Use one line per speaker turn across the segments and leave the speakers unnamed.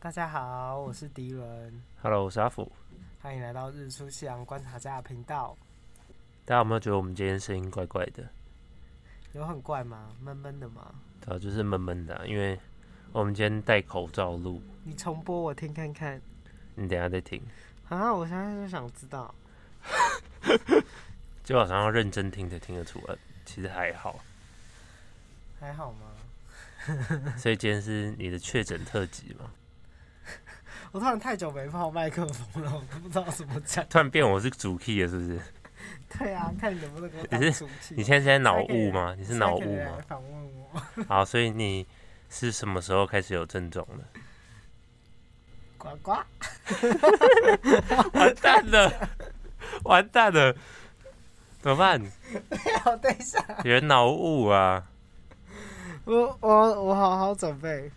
大家好，我是迪伦，
Hello，我是阿福。
欢迎来到日出夕阳观察家的频道。
大家有没有觉得我们今天声音怪怪的？
有很怪吗？闷闷的吗？
对啊，就是闷闷的啊、因为我们今天戴口罩录。
你重播我听看看
你等一下再听，
啊！我现在就想知道，
就好像要认真听才听得出来。其实还好，
还好吗？
所以今天是你的确诊特辑嘛？
我突然太久没泡麦克风了，我都不知道怎么讲。
突然变我是主 key 了，是不是？
对啊，看你能不能给我打
你
出气。
你现在是在脑
下一个
雾
人
吗？你是脑
现在可以
雾
来
吗？
访问我，
好，所以你是什么时候开始有症状 的？
呱呱！
完蛋了，完蛋了，怎么办？
好，等一下，
有人脑雾啊！
我我我好好准备。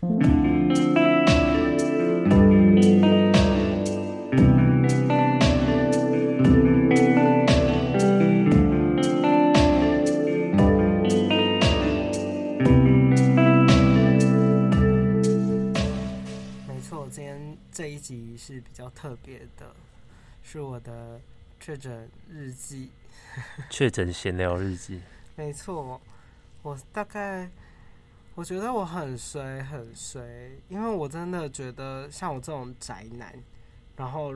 没错，今天这一集是比较特别的，是我的确诊日记。
确诊闲聊日记，
没错，我大概我觉得我很衰很衰，因为我真的觉得像我这种宅男，然后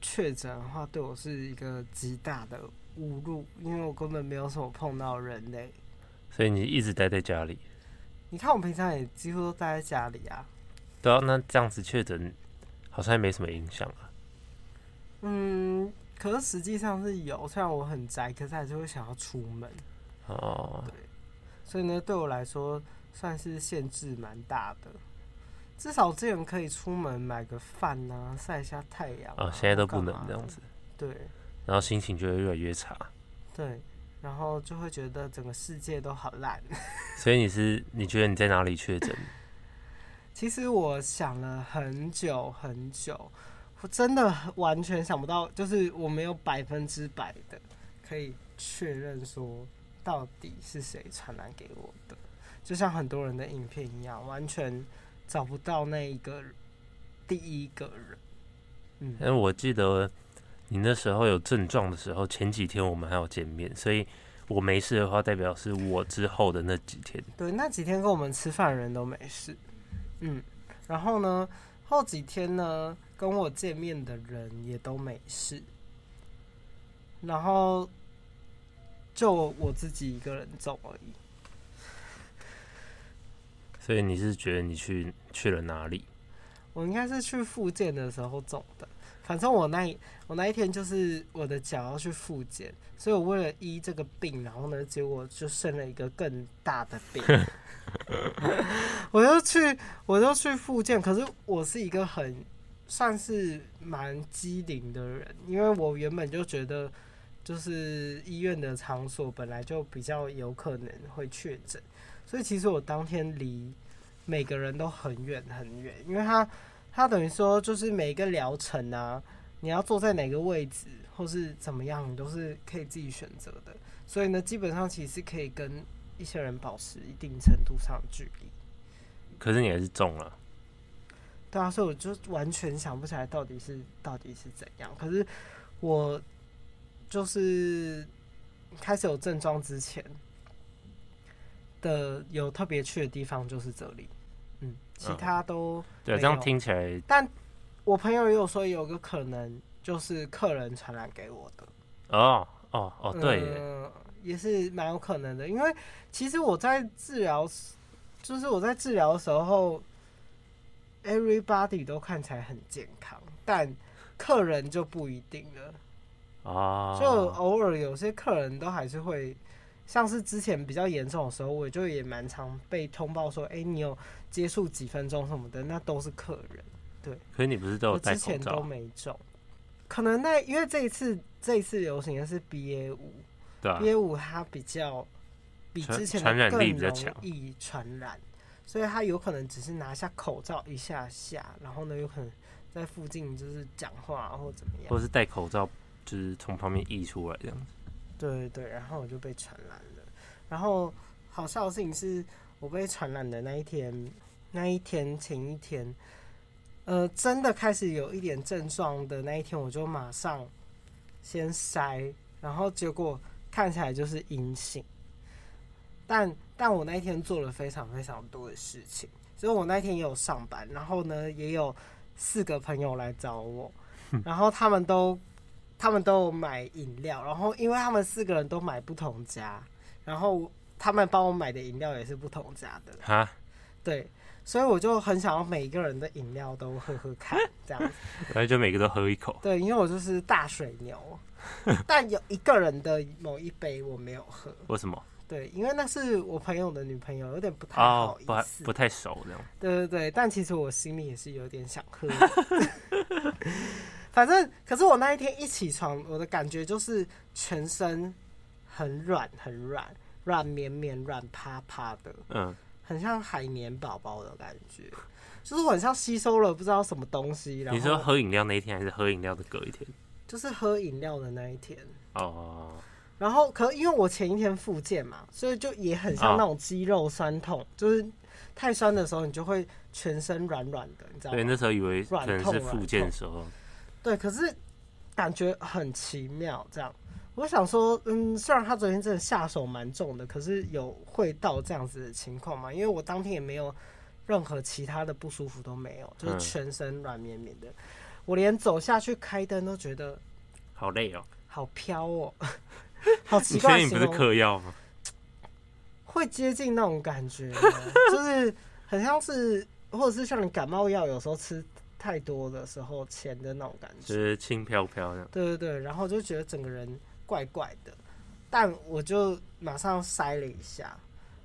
确诊的话对我是一个极大的侮辱，因为我根本没有什么碰到人类。
所以你一直待在家里。
你看我平常也几乎都待在家里啊，
对啊，那这样子确诊好像也没什么影响啊。
嗯，可是实际上是有，虽然我很宅，可是还是会想要出门，
哦，
所以呢，对我来说算是限制蛮大的。至少之前可以出门买个饭呐、晒一下太阳
啊，现在都不
干
能
嘛
这样
的
子，
对
然后心情就会越来越差。
对，然后就会觉得整个世界都好烂。
所以你是你觉得你在哪里确诊？
其实我想了很久很久，我真的完全想不到，就是我没有百分之百的可以确认说到底是谁传染给我的，就像很多人的影片一样，完全找不到那一个第一个人。嗯，
但我记得你那时候有症状的时候，前几天我们还有见面，所以我没事的话，代表是我之后的那几天。
对，那几天跟我们吃饭的人都没事，嗯，然后呢，后几天呢，跟我见面的人也都没事，然后就我自己一个人走而已。
所以你是觉得你去去了哪里？
我应该是去复健的时候肿的。反正我那一我那一天就是我的脚要去复健，所以我为了医这个病，然后呢，结果就生了一个更大的病。我就去，我就去复健。可是我是一个很算是蛮机灵的人，因为我原本就觉得，就是医院的场所本来就比较有可能会确诊，所以其实我当天离每个人都很远很远，因为他他等于说就是每一个疗程啊，你要坐在哪个位置或是怎么样，你都是可以自己选择的。所以呢，基本上其实可以跟一些人保持一定程度上的距离。
可是你还是中了，
对啊，所以我就完全想不起来到底是到底是怎样。可是我就是开始有症状之前的有特别去的地方就是这里，嗯，其
嗯
他都、
对啊，
没
这样
有
听起来
但我朋友也有说有个可能就是客人传染给我的。
哦哦哦，对耶，
嗯，也是蛮有可能的，因为其实我在治疗时，就是我在治疗的时候，everybody 都看起来很健康，但客人就不一定了。
哦，
就偶尔有些客人都还是会，像是之前比较严重的时候，我就也蛮常被通报说，哎、你有接触几分钟什么的，那都是客人。
可是你不是都有
我
戴
之
口
前都
罩？啊
没中，可能那因为这一次这一次流行的是 BA 五、
对啊，
B A 五它比较比
传
之前
传
的
染
更
力比较
容
强
易传染，所以它有可能只是拿下口罩一下下，然后呢，有可能在附近就是讲话啊或怎么
或
样。
是戴口罩就是从旁边溢出来这样子。
对对，然后我就被传染了。然后好笑的事情是我被传染的那一天，那一天前一天，呃，真的开始有一点症状的那一天，我就马上先筛，然后结果看起来就是阴性。但但我那一天做了非常非常多的事情，所以我那天也有上班，然后呢也有四个朋友来找我，然后他们都他们都有买饮料，然后因为他们四个人都买不同家，然后他们帮我买的饮料也是不同家的，
哈，
对，所以我就很想要每一个人的饮料都喝喝看，这样子。
然后就每个都喝一口，
对，因为我就是大水 牛，但有一个人的某一杯我没有喝，
为什么？
对，因为那是我朋友的女朋友，有点不太
哦
好，
不
意
太
思。
不太熟这样。
对对对，但其实我心里也是有点想喝。 反正，可是我那一天一起床，我的感觉就是全身很软，很软，软绵绵、软趴趴的，
嗯，
很像海绵宝宝的感觉，就是我很像吸收了不知道什么东西，然
你说
后
喝饮料那一天还是喝饮料的隔一天？
就是喝饮料的那一天。
哦，
然后可因为我前一天复健嘛，所以就也很
啊
像那种肌肉酸痛，就是太酸的时候，你就会全身软软的，你知道
对，
吗？
那时候以为可
软
能
痛
是
软
复健
痛
的时候，
对，可是感觉很奇妙，这样。我想说，嗯，虽然他昨天真的下手蛮重的，可是有会到这样子的情况嘛？因为我当天也没有任何其他的不舒服都没有，就是
嗯
全身软绵绵的，我连走下去开灯都觉得
好累哦。
好飘哦，好奇
你
怪
确
的
定不
形
是
容
嗑药吗？
会接近那种感觉呢，就是很像是，或者是像你感冒药有时候吃太多的时候前的那种感
就
觉。
是轻飘飘这样。
对对对，然后就觉得整个人怪怪的，但我就马上筛了一下，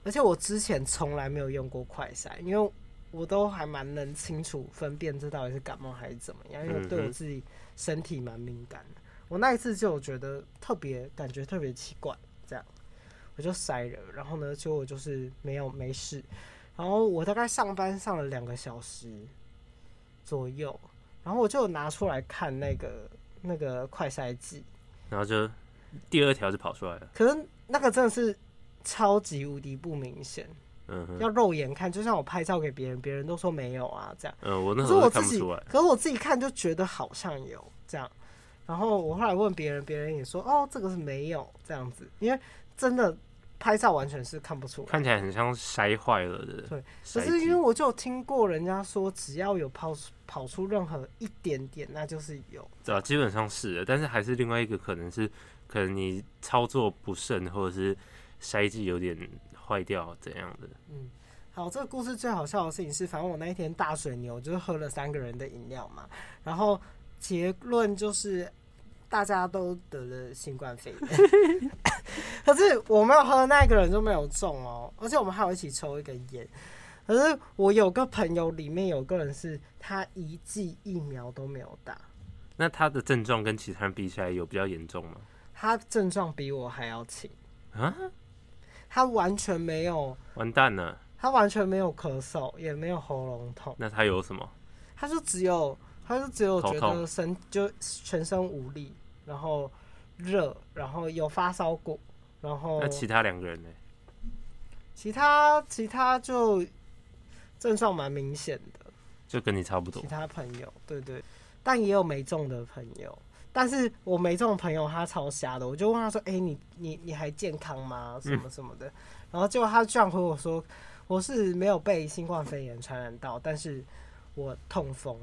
而且我之前从来没有用过快筛，因为我都还蛮能清楚分辨这到底是感冒还是怎么样，因为我对
嗯
我
哼
自己身体蛮敏感的。我那一次就有觉得特别感觉特别奇怪，这样我就筛了，然后呢，结果就是没有没事，然后我大概上班上了两个小时左右，然后我就有拿出来看那个那个快筛剂，
然后就第二条就跑出来了。
可是那个真的是超级无敌不明显，
嗯哼，
要肉眼看，就像我拍照给别人，别人都说没有啊这样。
嗯，我那
可
时
是
候
我
就
自
看不
己
出来，，
可是我自己看就觉得好像有这样。然后我后来问别人，别人也说哦，这个是没有这样子，因为真的拍照完全是看不出来。
看起来很像筛坏了的。
对，
可
可是因为我就有听过人家说，只要有跑出跑出任何一点点，那就是有。
对啊，基本上是的，但是还是另外一个可能是，可能你操作不慎，或者是筛剂有点坏掉怎样的。
嗯，好，这个故事最好笑的事情是，反正我那一天大水牛就是喝了三个人的饮料嘛，然后结论就是大家都得了新冠肺炎，可是我没有喝那个人就没有中哦，而且我们还有一起抽一根烟。可是我有个朋友，里面有个人是他一剂疫苗都没有打，
那他的症状跟其他人比起来有比较严重吗？
他症状比我还要轻
啊，
他完全没有，
完蛋了，
他完全没有咳嗽，也没有喉咙痛，
那他有什么？
他就只有，他就只有觉
头
得
痛
身就全身无力，然后热，然后有发烧过，然后
那其他两个人呢？
其他其他就症状蛮明显的，
就跟你差不多
其。他朋友对对，但也有没中的朋友。但是我没中的朋友，他超瞎的，我就问他说：“哎、你你你还健康
嗯
吗？什么什么的。然后结果他居然回我说：“我是没有被新冠肺炎传染到，但是我痛风。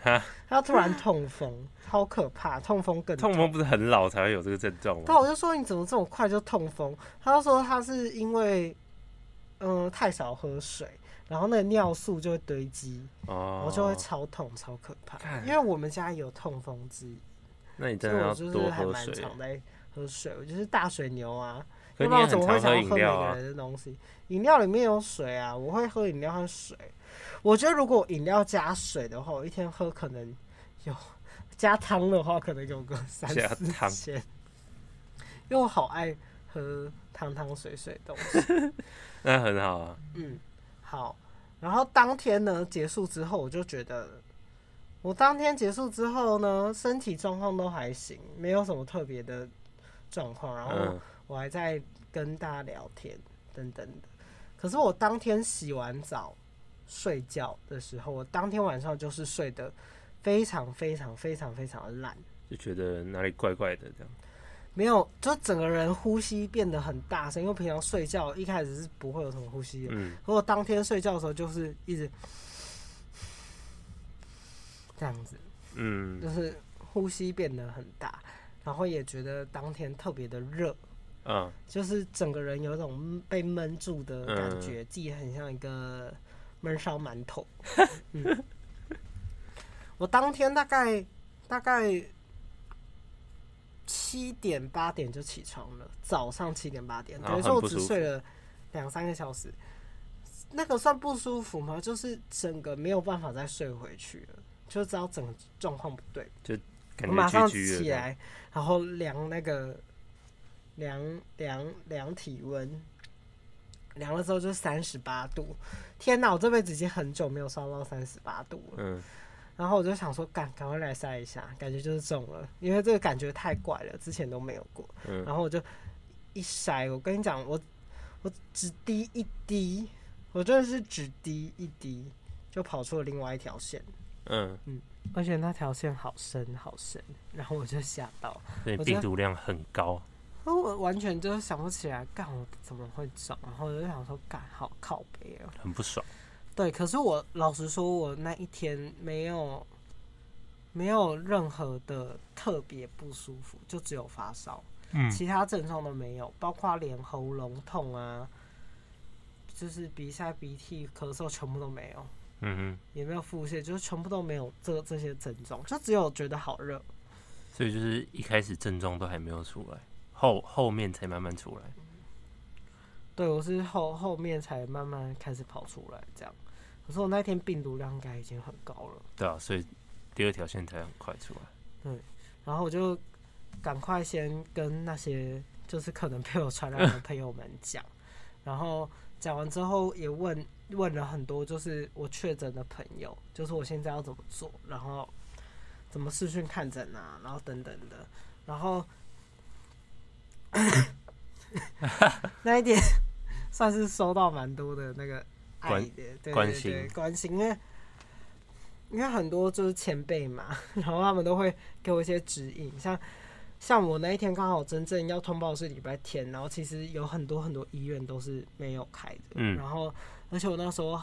哈”
他突然痛风，超可怕，痛风更
痛风不是很老才会有这个症状
但
吗？
我就说你怎么这么快就痛风？他就说他是因为嗯、呃太少喝水，然后那个尿素就会堆积，然后
哦，
就会超痛，超可怕。
看
因为我们家有痛风机，
那你
所
真
以
的要
我就是
多
还
喝
蛮
水。
常在喝水，我就是大水牛啊。
可
要
是
不然我怎
你也很
么会
常
想要喝
喝饮
每
料
个
啊，
人的东西？饮料里面有水啊，我会喝饮料和水。我觉得如果饮料加水的话，我一天喝可能有加汤的话，可能有个三
加
四
汤
千。因为我好爱喝汤汤水水的东西。
那很好啊。
嗯，好。然后当天呢结束之后，我就觉得，我当天结束之后呢，身体状况都还行，没有什么特别的状况。然后
嗯，
我还在跟大家聊天等等的。可是我当天洗完澡，睡觉的时候，我当天晚上就是睡得非常非常非常非常的烂，
就觉得哪里怪怪的这样。
没有，就整个人呼吸变得很大声，因为平常睡觉一开始是不会有什么呼吸的，
嗯，
如果当天睡觉的时候就是一直这样子，就
嗯
是呼吸变得很大，然后也觉得当天特别的热，
啊，
就是整个人有一种被闷住的感觉，
嗯
自己很像一个闷烧馒头。 嗯、我当天大概大概七点八点就起床了，早上七点八点，
然后
等于说
啊很
我
不
只
舒服
睡了两三个小时。那个算不舒服吗？就是整个没有办法再睡回去了，就知道整个状况不对。
感
我马
觉
上
居居了这
起
样。
来，然后量那个量量量体温，量了之后就三十八度。天哪，我这辈子已经很久没有烧到三十八度了。
嗯，
然后我就想说，赶赶快来晒一下，感觉就是中了，因为这个感觉太怪了，之前都没有过。
嗯，
然后我就一筛，我跟你讲，我我只滴一滴，我真的是只滴一滴，就跑出了另外一条线。
嗯，
而且那条线好深好深，然后我就吓到，
所以
我
病
觉得
毒量很高。
然后我完全就是想不起来，干我怎么会中？然后我就想说，干好靠背哦。
很不爽。
对，可是我老实说，我那一天没有没有任何的特别不舒服，就只有发烧，
嗯
其他症状都没有，包括连喉咙痛啊，就是鼻塞、鼻涕、咳嗽，全部都没有，
嗯
也没有腹泻，就是全部都没有这这些症状，就只有觉得好热。
哼，所以就是一开始症状都还没有出来，后后面才慢慢出来。
对，我是后后面才慢慢开始跑出来这样。可是我那天病毒量应该已经很高了，
对啊，所以第二条线才很快出来。
然后我就赶快先跟那些就是可能被我传染的朋友们讲， 然后讲完之后也问问了很多就是我确诊的朋友，就是我现在要怎么做，然后怎么视讯看诊啊，然后等等的，然后 那一点算是收到蛮多的那个爱
关
的对
关
对
心
对关心，因为因为很多就是前辈嘛， 然后他们都会给我一些指引，像像我那一天刚好真正要通报是礼拜天，然后其实有很多很多医院都是没有开的，
嗯
然后而且我那时候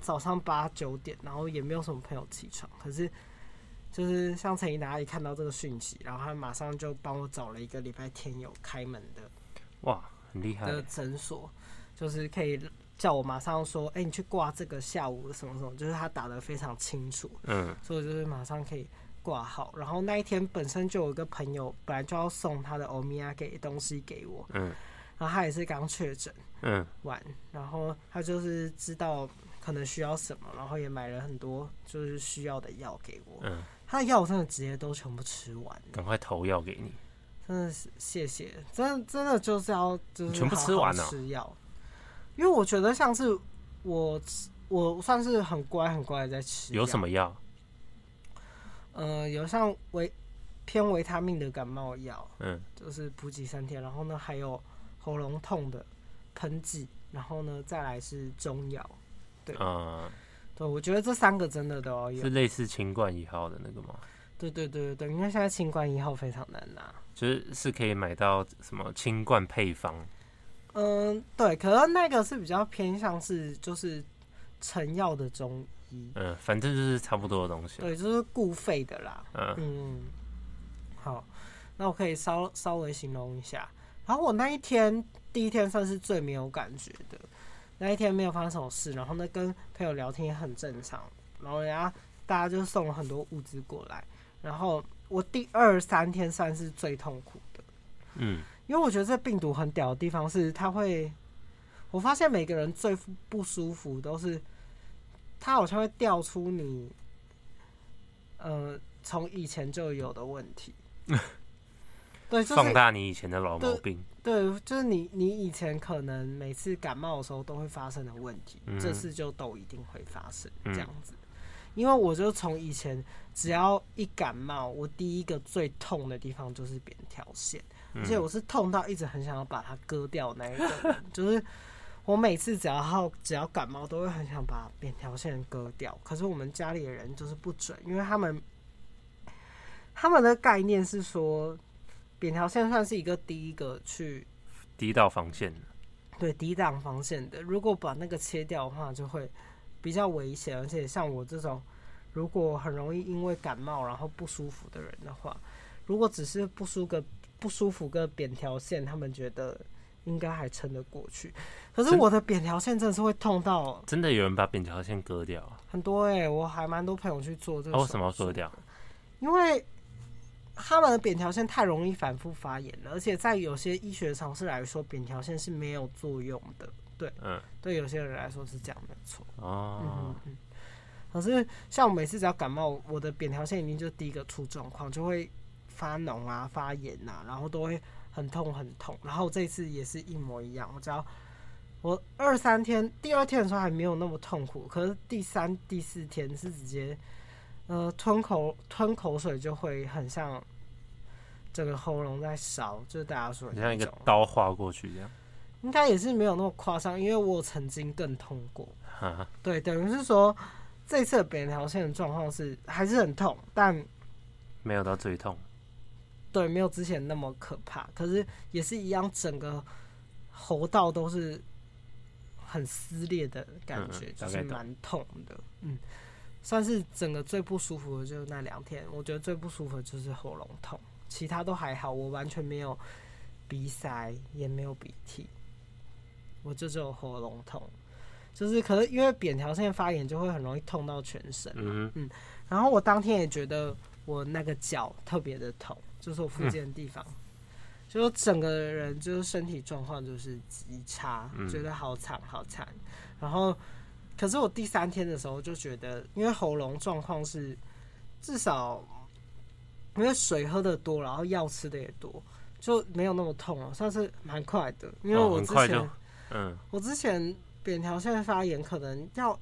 早上八九点，然后也没有什么朋友起床，可是就是像陈怡达一看到这个讯息，然后他马上就帮我找了一个礼拜天有开门的
哇，很厉害。
的诊所，就是可以叫我马上说，哎、你去挂这个下午什么什么，就是他打的非常清楚，
嗯
所以我就是马上可以挂号。然后那一天本身就有一个朋友本来就要送他的欧米亚给东西给我，
嗯
然后他也是刚确诊
嗯
完，然后他就是知道可能需要什么，然后也买了很多就是需要的药给我。
嗯，
他的药我真的直接都全部吃完了，
赶快投药给你。
真的是谢谢，真的真的就是要就是
你嗯全部
好好
吃完了
吃药，因为我觉得像是我吃我算是很乖很乖的在吃，
有什
么？
么药？
呃，有像维偏维他命的感冒药，
嗯
就是补给三天，然后呢还有喉咙痛的喷剂，然后呢再来是中药。
啊、
对，我觉得这三个真的都要
是
有。
类似清冠一号的那个吗？
对对对对对，因为现在新冠一号非常难拿。
就是是可以买到什么清冠配方？
嗯，对，可是那个是比较偏向是就是成药的中医，
嗯，反正就是差不多的东西。
对，就是固肺的啦。
嗯
嗯，好，那我可以稍稍微形容一下。然后我那一天第一天算是最没有感觉的，那一天没有发生什么事，然后呢跟朋友聊天也很正常，然后人家大家就送了很多物资过来，然后我第二三天算是最痛苦的，
嗯
因为我觉得这病毒很屌的地方是它会，我发现每个人最不舒服都是，它好像会调出你，呃，从以前就有的问 题。对，就
放
是
大你以前的老毛
对
病。
对，就是你你以前可能每次感冒的时候都会发生的问题，
嗯
这次就都一定会发生
嗯
这样子。因为我就从以前只要一感冒，我第一个最痛的地方就是扁条线。而且
嗯
我是痛到一直很想要把它割掉那一个人，就是 我每次只要好只要感冒，都会很想把扁条线割掉。可是我们家里的人就是不准，因为他们他们的概念是说，扁条线算是一个第一个去
低到防线，
对抵挡防线的。如果把那个切掉的话，就会比较危险。而且像我这种，如果很容易因为感冒然后不舒服的人的话，如果只是不舒个不舒服个扁条线，他们觉得应该还撑得过去。可是
真
我的扁条线真的是会痛到
真的有人把扁条线割掉啊？
很多哎、我还蛮多朋友去做这
啊
个。
为什么要割？掉？
因为他们的扁条线太容易反复发炎了，而且在有些医学常识来说，扁条线是没有作用的。
嗯，
对有些人来说是这样，没错。嗯
哦，
嗯。可是像我每次只要感冒，我的扁条线一定就第一个出状况，就会发脓啊、发炎啊，然后都会很痛很痛。然后这次也是一模一样，我只要我二三天，第二天的时候还没有那么痛苦，可是第三、第四天是直接呃吞口吞口水就会很像整个喉咙在烧，就是大家说的
你像一
那
个
种。
刀划过去这样，
应该也是没有那么夸张，因为我有曾经更痛过。
哈，
对，等于是说这一次的扁桃腺的状况是还是很痛，但
没有到最痛，
对没有之前那么可怕，可是也是一样，整个喉道都是很撕裂的感觉，
嗯
就
大
是
概懂
蛮痛的，嗯。算是整个最不舒服的就是那两天，我觉得最不舒服的就是喉咙痛，其他都还好，我完全没有鼻塞，也没有鼻涕，我就只有喉咙痛，就是可是因为扁桃腺发炎就会很容易痛到全身，
嗯哼，
然后我当天也觉得我那个脚特别的痛，就是我附近的地
嗯
方，就整个人就是身体状况就是极差，
嗯
觉得好惨好惨。然后，可是我第三天的时候就觉得，因为喉咙状况是至少因为水喝的多，然后药吃的也多，就没有那么痛啊了，算是蛮快的。因为
哦
我
很
之
快
前、
就嗯，
我之前扁桃腺发炎可能要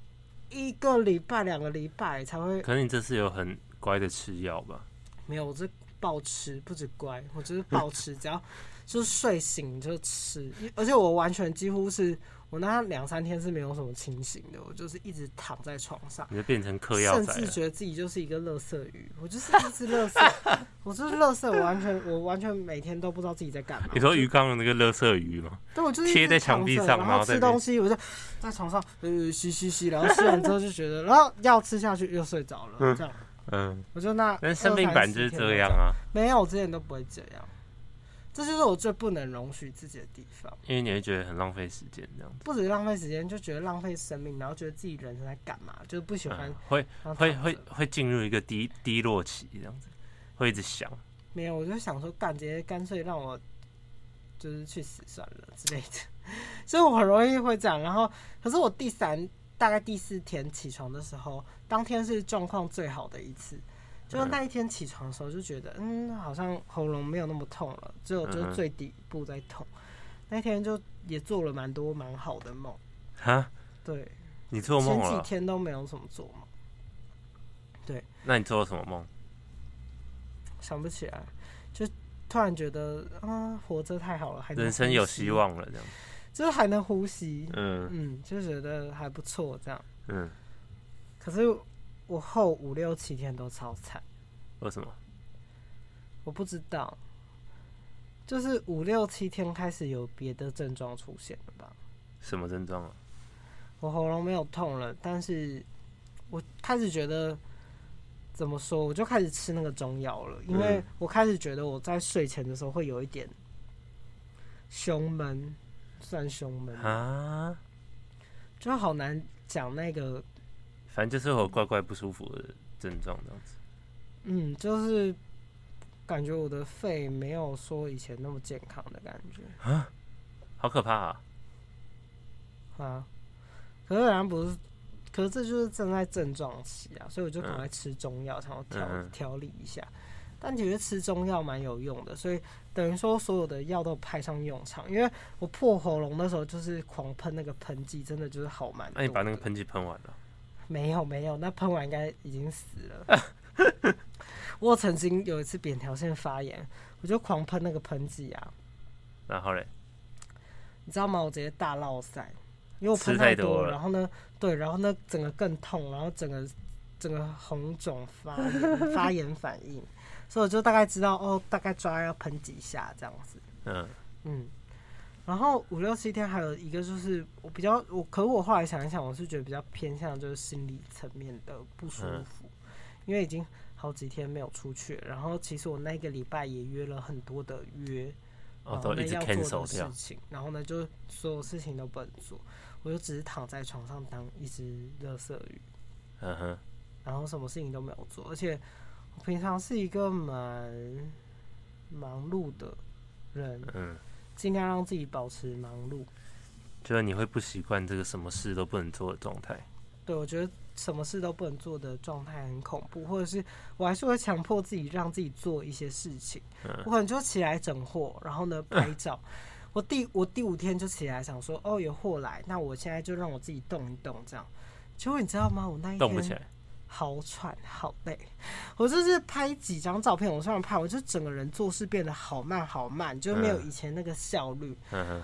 一个礼拜两个礼拜才会
可是你这次有很乖的吃药吧？
没有，我是暴吃，不止乖，我就是暴吃，只要 就是睡醒就吃，因而且我完全几乎是我那两三天是没有什么清醒的，我就是一直躺在床上。
你就变成嗑药
甚
仔
至
了，
觉得自己就是一个垃圾鱼，我就是一只垃圾， 我就是垃圾，我完全我完全每天都不知道自己在干嘛。
你说鱼缸的那个垃圾鱼吗？
对，我就是一
贴
直
在墙
躺
壁
着
上然
然后
后
吃
在那边
东西，我就在床上呃吸吸吸，然后吃完之后就觉得，然 后药吃下去又睡着了，
嗯
这样
嗯，
我就那
但是生病
二三
版
十
就是
天都
这样啊，
没有，我之前都不会这样。这就是我最不能容许自己的地方，
因为你会觉得很浪费时间这样子，
不止浪费时间，就觉得浪费生命，然后觉得自己人生在干嘛，就是不喜欢
嗯，会
然后躺着。
会会会进入一个低低落期这样子，会一直想，
没有，我就想说，干这些干脆让我就是去死算了之类的，所以我很容易会这样。然后，可是我第三大概第四天起床的时候，当天是状况最好的一次。就是
嗯
那一天起床的时候，就觉得嗯，好像喉咙没有那么痛了，只有就
嗯
是
哼
最底部在痛。那天就也做了蛮多蛮好的梦，
哈，
对，
你做梦
前几
了？
天都没有怎么做梦，
那你做了什么梦？
想不起来，就突然觉得啊，活着太好了，还能
人生有
呼吸
希望了这样子，
就是还能呼吸，
嗯
嗯，就觉得还不错这样。
嗯，
可是我后五六七天都超惨，
为什么？
我不知道，就是五六七天开始有别的症状出现了吧？
什么症状啊？
我喉咙没有痛了，但是我开始觉得怎么说，我就开始吃那个中药了，因为
嗯
我开始觉得我在睡前的时候会有一点胸闷，算胸闷，
啊，
就好难讲那个
反正就是会有怪怪不舒服的症状这样子。
嗯，就是感觉我的肺没有说以前那么健康的感觉
好可怕啊！
啊。可是好像不是，可是这就是正在症状期啊，所以我就赶
嗯
快吃中药，想要调、
嗯嗯
调理一下。但其实吃中药蛮有用的，所以等于说所有的药都派上用场。因为我破喉咙的时候就是狂喷那个喷剂，真的就是好蛮
那
多的。
你把那个喷剂喷完了，
没有没有，那喷完应该已经死 了。我曾经有一次扁桃腺发炎，我就狂喷那个喷剂啊，
然后嘞，
你知道吗？我直接大落塞，因为我喷
吃太
多
多了
然后呢，对，然后呢，整个更痛，然后整个整个红肿发炎 发炎反应，所以我就大概知道哦，大概抓要喷几下这样子，
嗯，
嗯。然后五六七天还有一个就是我比较我，可我后来想一想，我是觉得比较偏向就是心理层面的不舒
嗯
服，因为已经好几天没有出去，然后其实我那个礼拜也约了很多的约，
哦，
然
都
后呢
一直
要做
cancel
的
掉
事，情，然后呢，就所有事情都不能做，我就只是躺在床上当一只乐色鱼，
嗯哼，
然后什么事情都没有做，而且我平常是一个蛮忙碌的人，
嗯，
尽量让自己保持忙碌。
就是你会不习惯这个什么事都不能做的状态，
对我觉得什么事都不能做的状态很恐怖，或者是我还是会强迫自己让自己做一些事情，
嗯
我可能就起来整货，然后呢 拍照。我第我第五天就起来想说，哦，有货来，那我现在就让我自己动一动，这样。结果你知道吗？我那一
动不起
天
来，
好喘好累，我就是拍几张照片，我上面拍，我就整个人做事变得好慢好慢，就没有
嗯
以前那个效率。
嗯哼，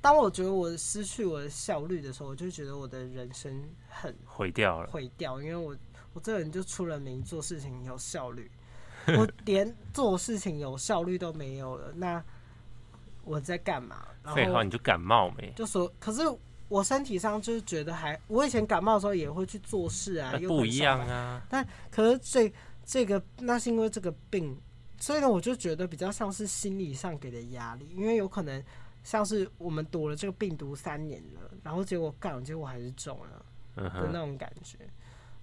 当我觉得我失去我的效率的时候，我就觉得我的人生很
毁掉了，
毁掉，因为我我这个人就出了名做事情有效率， 我连做事情有效率都没有了，那我在干嘛？然
废话
后
你就感冒没？
就说，可是我身体上就是觉得还，我以前感冒的时候也会去做事啊，
那
又
哎不
很
一
少
样
来
啊，
可是这这个那是因为这个病，所以呢，我就觉得比较像是心理上给的压力，因为有可能像是我们躲了这个病毒三年了，然后结果干，结果还是中了。
嗯
啊的那
哼，
种感觉。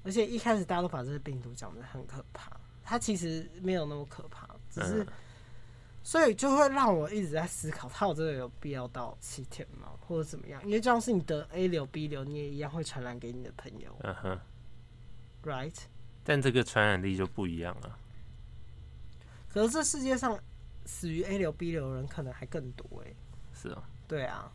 而且一开始大家都把这个病毒讲得很可怕，它其实没有那么可怕，只是、
嗯
所以就会让我一直在思考，它有真的有必要到七天吗，或者怎么样？因为就像是你得 A 流、B 流，你也一样会传染给你的朋友
嗯哼，
，right？
但这个传染力就不一样了，
可是这世界上死于 A 流、B 流的人可能还更多欸诶、
是哦，
对啊，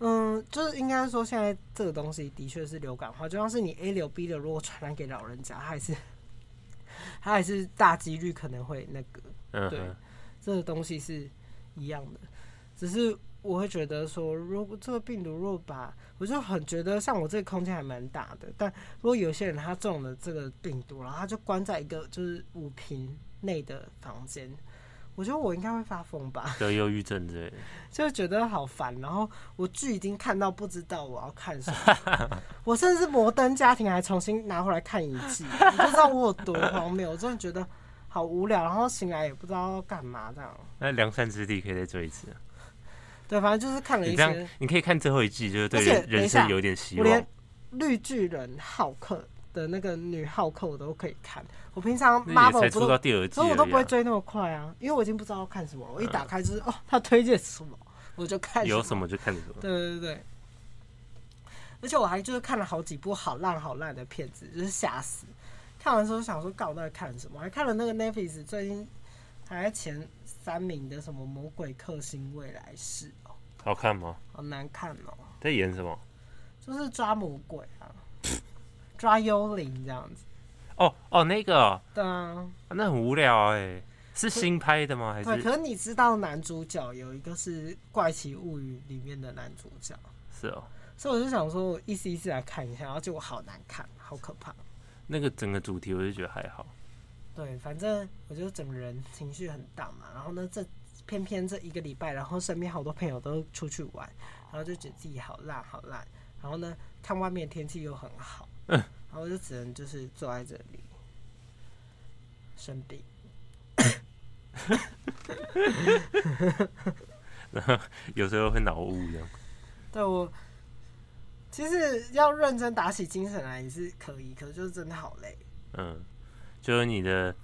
嗯，就是应该说现在这个东西的确是流感化，就像是你 A 流 B 流，如果传染给老人家，它还是它还是大几率可能会那个，
嗯
对
哼，
这个东西是一样的，只是我会觉得说，如果这个病毒如果把，我就很觉得像我这个空间还蛮大的，但如果有些人他中了这个病毒，然后他就关在一个就是五平内的房间，我觉得我应该会发疯吧。
得忧郁症之类的，
就觉得好烦。然后我剧已经看到不知道我要看什么， 我甚至《摩登家庭》还重新拿回来看一季，你就知道我有多荒谬。我真的觉得好无聊，然后醒来也不知道要干嘛这样。
那梁山之地可以再追一次啊，
对，反正就是看了
你
一
这样
些，
你可以看最后一季，就是对
而且
人
等一
人
下
生有点希
我连
望
《绿巨人》浩克的那个女浩克我都可以看。我平常
那也
Marvel
才
我不
出
都
到，第二季
所以
而已啊，
我都不会追那么快啊，因为我已经不知道要看什么了。我一打开就是、哦，他推荐什么我就看
有什么就看什么。
对对对。而且我还就是看了好几部好烂好烂的片子，就是吓死。看完之后想说，干我到底看了什么？我还看了那个 Netflix 最近还在前三名的什么《魔鬼克星未来式》哦，
好看吗？
好难看哦，
在演什么？
就是抓魔鬼啊，抓幽灵这样子。
哦哦，那个哦、
对啊，
那很无聊哎、是新拍的吗？还
对。
是
可是你知道男主角有一个是《怪奇物语》里面的男主角，
是哦？
所以我就想说，我一次一次来看一下，然后结果好难看，好可怕。
那个整个主题我就觉得还好，
对，反正我就整个人情绪很荡嘛。然后呢，这偏偏这一个礼拜，然后身边好多朋友都出去玩，然后就觉得自己好烂好烂。然后呢，看外面天气又很好，
嗯
然后我就只能就是坐在这里生病。
有时候会脑雾这样。
对我，其实要认真打起精神来也是可以，可是就是真的好累。
嗯，就是你的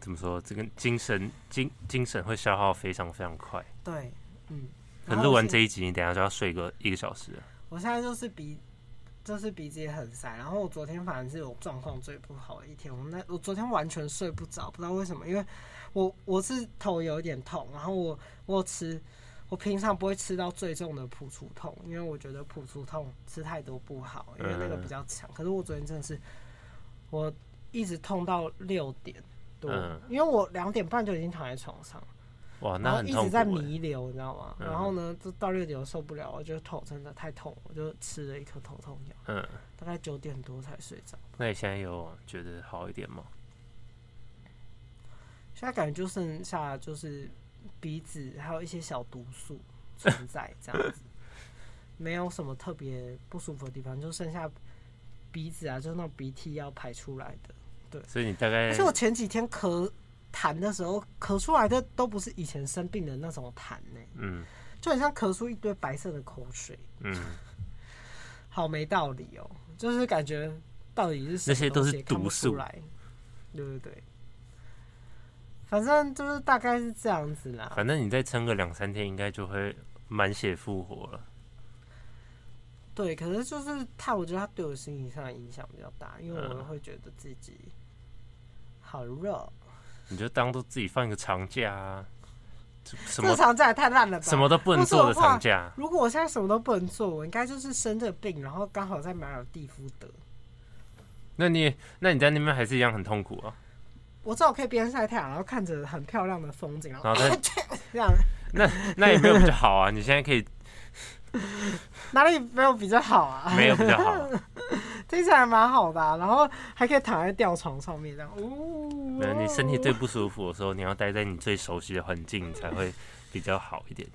怎么说，这个精神精精神会消耗非常非常快。
对，嗯。
可
然
能
后
录
我
完
现
这一集，你等一下就要睡个一个小时了。
我现在就是鼻，就是鼻子也很塞。然后我昨天反正是我状况最不好的一天，我那我昨天完全睡不着，不知道为什么，因为我我是头有一点痛，然后我我有吃。我平常不会吃到最重的普醋痛，因为我觉得普醋痛吃太多不好，因为那个比较强。可是我昨天真的是，我一直痛到六点多，
嗯
因为我两点半就已经躺在床上，
哇，
然
那
后
很
一
痛
直
苦
在
欸。
弥留，你知道吗？
嗯
然后呢，就到六点我受不了，我觉得头真的太痛，我就吃了一颗头痛药，
嗯，
大概九点多才睡着。
那你现在有觉得好一点吗？
现在感觉就剩下就是鼻子还有一些小毒素存 在这样子，没有什么特别不舒服的地方，就剩下鼻子啊，就是那种鼻涕要排出来
嗯
的。
所以你大概
而且我前几天咳痰的时候，咳出来的都不是以前生病的那种痰呢、
嗯
就很像咳出一堆白色的口水，
嗯，
好没道理哦、就是感觉到底是什么
那些都
东
是
西也看不
毒素
出来，对对对，反正就是大概是这样子啦。
反正你再撑个两三天，应该就会满血复活了。
对，可是就是他，我觉得他对我心理上的影响比较大，因为我
嗯
会觉得自己好热，
你就当做自己放一个长假啊，这什
这个
么
长假也太烂了吧？
什么都不能
或是
做
我
的
画
长假。
如果我现在什么都不能做，我应该就是生这病，然后刚好在马尔蒂夫得，
那你也那你在那边还是一样很痛苦 啊？
我至少可以边晒太阳，然后看着很漂亮的风景，然后
然后在
这样
那也没有比较好啊，你现在可以
哪里没有比较好啊？
没有比较好，
听起来蛮好的啊、然后还可以躺在吊床上面这样，呜、
没有你身体最不舒服的时候，你要待在你最熟悉的环境，你才会比较好一点。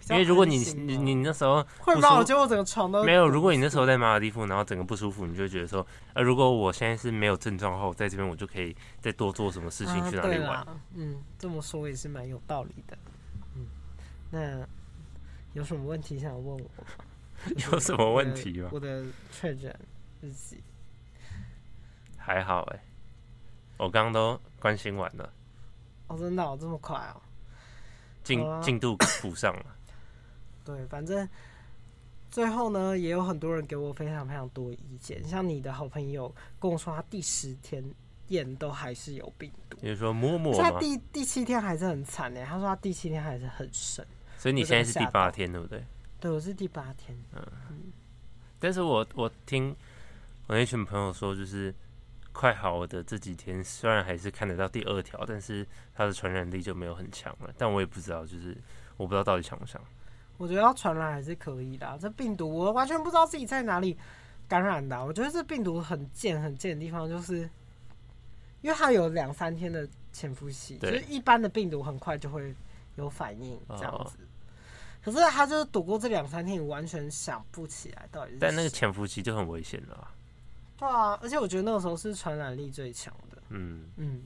比较
因为如果你
安心哦
你
嘛
你那时候
会
不
吧？
舒
我觉得我整个床都
没有，如果你那时候在马尔地夫，然后整个不舒服，你就会觉得说，呃，如果我现在是没有症状的话，我在这边我就可以再多做什么事情，去哪
啊对
里玩。
啦嗯，这么说也是蛮有道理的。嗯，那有什么问题想 问我吗？
有什么问题吗
我的我的确诊日记，
还好哎、我刚刚都关心完了，
哦，真的、哦、这么快哦？
进
好啊
进度补上了。
对，反正最后呢，也有很多人给我非常非常多意见，像你的好朋友跟我说，他第十天验都还是有病毒，
也就是说摸摸
所以
嘛
他，第第七天还是很惨欸呢。他说他第七天还是很深，
所以你
我
现在
真的
是
吓
第
到
八天对不对？
对我是第八天，
但是我我听我那群朋友说，就是快好的这几天，虽然还是看得到第二条，但是它的传染力就没有很强了。但我也不知道，就是我不知道到底强不强。
我觉得要传染还是可以的啊、这病毒我完全不知道自己在哪里感染的啊、我觉得这病毒很贱很贱的地方就是，因为它有两三天的潜伏期，就
对
是一般的病毒很快就会有反应
哦
这样子。可是它就是躲过这两三天，你完全想不起来到底是。
但那个潜伏期就很危险了啊、
对啊，而且我觉得那个时候是传染力最强的。
嗯，
嗯，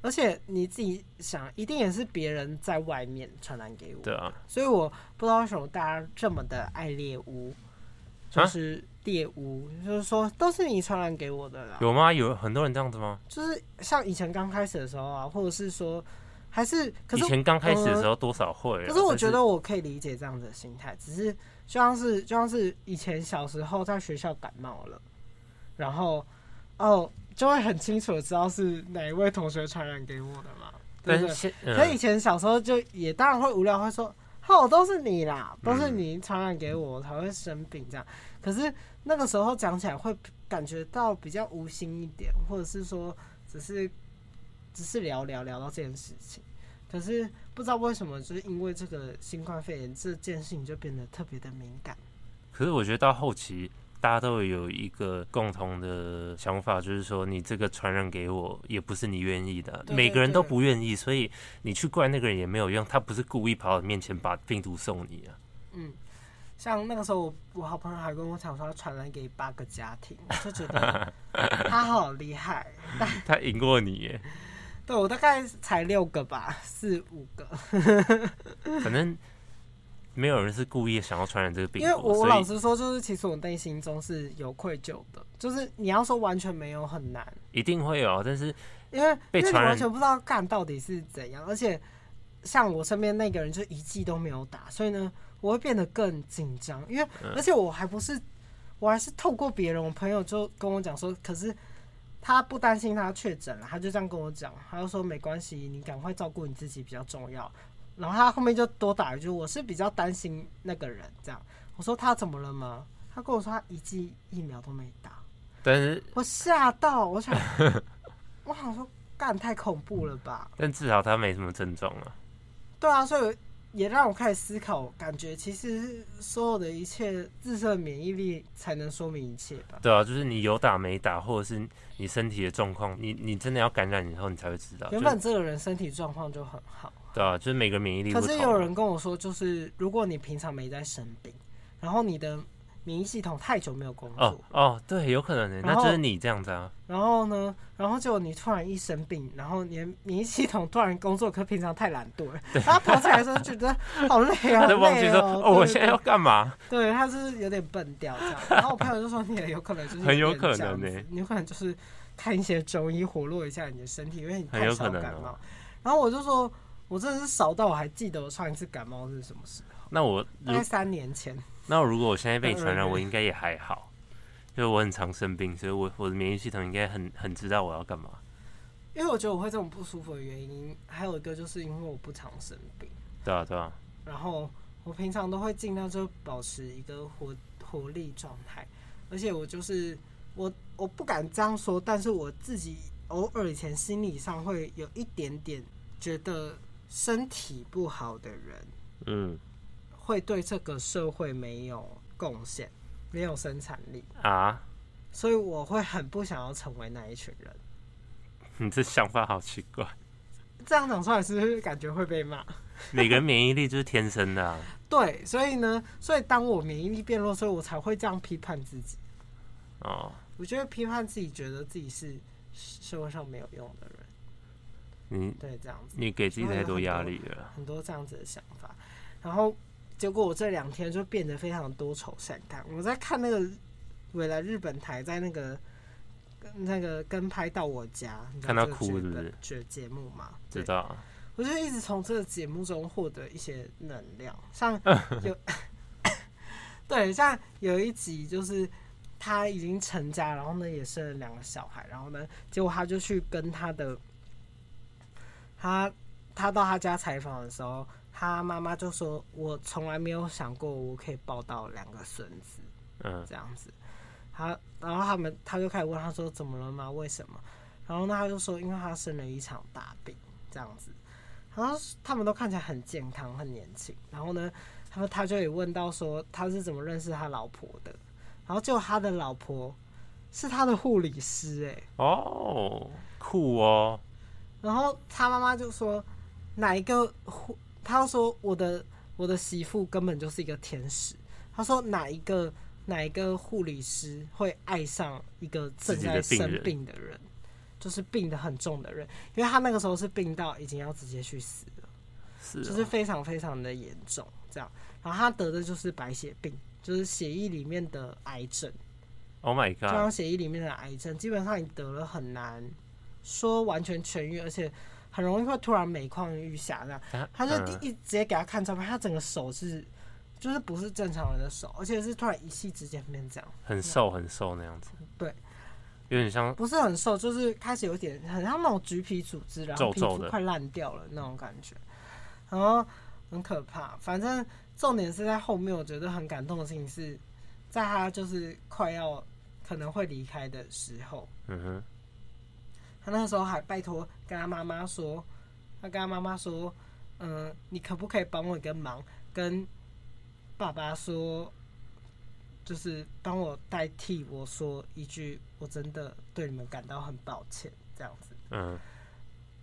而且你自己想，一定也是别人在外面传染给我。
对啊，
所以我不知道为什么大家这么的爱猎巫，就
啊
是猎巫，就是说都是你传染给我的啦。
有吗？有很多人这样子吗？
就是像以前刚开始的时候啊，或者是说还是，可
以
是
前刚开始的时候多少会啊、
可是我
但
觉得我可以理解这样子的心态，只是就像是就像是以前小时候在学校感冒了，然后哦就会很清楚的知道是哪一位同学传染给我的嘛，对
但
不对？
是现
可以
嗯，
前小时候就也当然会无聊，会说“哦，都是你啦，都是你传染给我，我才会生病这样。”可是那个时候讲起来会感觉到比较无心一点，或者是说只是只是聊聊聊到这件事情。可是不知道为什么，就是因为这个新冠肺炎这件事情就变得特别的敏感。
可是我觉得到后期。大家都有一个共同的想法，就是说你这个传染给我也不是你愿意的，
对
每
对
个人都
对
不愿意，所以你去怪那个人也没有用，他不是故意跑到你面前把病毒送你啊。
嗯，像那个时候我我好朋友还跟我讲说他传染给八个家庭，我就觉得他好厉害。
他赢过你耶，
对我大概才六个吧，四五个。
反正没有人是故意想要传染这个病毒，
因为我我
所
老
以
实说，就是其实我内心中是有愧疚的，就是你要说完全没有很难，
一定会有啊。但是
因为
被
因为你
传染
完全不知道干到底是怎样，而且像我身边那个人就一剂都没有打，所以呢，我会变得更紧张，因为
嗯
而且我还不是我还是透过别人，我朋友就跟我讲说，可是。他不担心他确诊了，他就这样跟我讲，他就说没关系，你赶快照顾你自己比较重要。然后他后面就多打一句，我是比较担心那个人这样。我说他怎么了吗？他跟我说他一剂疫苗都没打，
但是
我吓到，我想，我想说干太恐怖了吧？
但至少他没什么症状啊。
对啊，所以也让我开始思考，感觉其实所有的一切自身的免疫力才能说明一切吧。
对啊，就是你有打没打，或者是你身体的状况，你你真的要感染以后，你才会知道。
原
啊就
本这个人身体状况就很好，
对啊，就是每个免疫力不
可
同
是
啊。
有人跟我说，就是如果你平常没在生病，然后你的免疫系统太久没有工作，
哦哦，对，有可能的，
然
那
后
就是你这样子啊。
然后呢，然后结果你突然一生病，然后你的免疫系统突然工作，可平常太懒惰了，然后跑起来的时候就觉得好累啊，
他就
好
忘记
累
说，
哦，
哦，我
对
现在要干嘛？
对，他是有点笨掉这样。然后我朋友就说，你也有可能就是
很有
点
可
这样
能
子
欸
你有可能就是看一些中医活络一下你的身体，因为你
很
太
有
少
可能
感
哦
冒。然后我就说，我真的是少到我还记得我上一次感冒是什么时候，
那我
大
如
概三年前。
那如果我现在被
当
传
然
染，
了
我应该也还好，就是我很常生病，所以我我的免疫系统应该很很知道我要干嘛。
因为我觉得我会这种不舒服的原因，还有一个就是因为我不常生病，
对啊，对啊，
然后我平常都会尽量就保持一个活活力状态，而且我就是我我不敢这样说，但是我自己偶尔以前心理上会有一点点觉得身体不好的人
嗯
会对这个社会没有贡献，没有生产力，
啊，
所以我会很不想要成为那一群人。
你这想法好奇怪。
这样讲出来是不是感觉会被骂？
每个人免疫力就是天生的、啊，
对，所以呢，所以当我免疫力变弱，所以我才会这样批判自己。
哦，
我觉得批判自己，觉得自己是社会上没有用的人，
你
对，这样子
你给自己太多压力了。
很多这样子的想法。然后结果我这两天就变得非常多愁善感。我在看那个未来日本台在那个跟那个跟拍到我家，你知道
看到
这个
哭
剧
是不
本
是
这个节目嘛，
知
对，
道啊，
我就一直从这个节目中获得一些能量，像有对，像有一集就是他已经成家，然后呢也生了两个小孩，然后呢，结果他就去跟他的他他到他家采访的时候，他妈妈就说：“我从来没有想过我可以抱到两个孙子。”
嗯，
这样子。他，然后他们他就开始问他说怎么了吗？为什么？然后呢他就说因为他生了一场大病这样子。然后他们都看起来很健康很年轻。然后呢，他们他就也问到说他是怎么认识他老婆的。然后就他的老婆是他的护理师欸诶、
哦，酷哦，
然后他妈妈就说哪一个护，他说我的我的媳妇根本就是一个天使。他说哪一个哪一个护理师会爱上一个正在
自己的病
生
人
病的人，就是病得很重的人，因为他那个时候是病到已经要直接去死了，
是
就是
哦，
非常非常的严重这样。然后他得的就是白血病，就是血液里面的癌症。
，Oh my
就像
god，
血液里面的癌症，基本上你得了很难说完全痊愈，而且很容易会突然每况愈下这样。他就第
嗯
一直接给他看照片，他整个手是就是不是正常人的手，而且是突然一夕之间变这样，
很瘦很瘦那样子，
啊对，
有点像
不是很瘦，就是开始有点很像那种橘皮组织，然后
皱
皮
皱
肤
的
快烂掉了那种感觉，然后很可怕。反正重点是在后面，我觉得很感动的事情是，在他就是快要可能会离开的时候。
嗯哼，
他那个时候还拜托跟他妈妈说，他跟他妈妈说，嗯、你可不可以帮我一个忙，跟爸爸说，就是帮我代替我说一句，我真的对你们感到很抱歉，这样子。
嗯，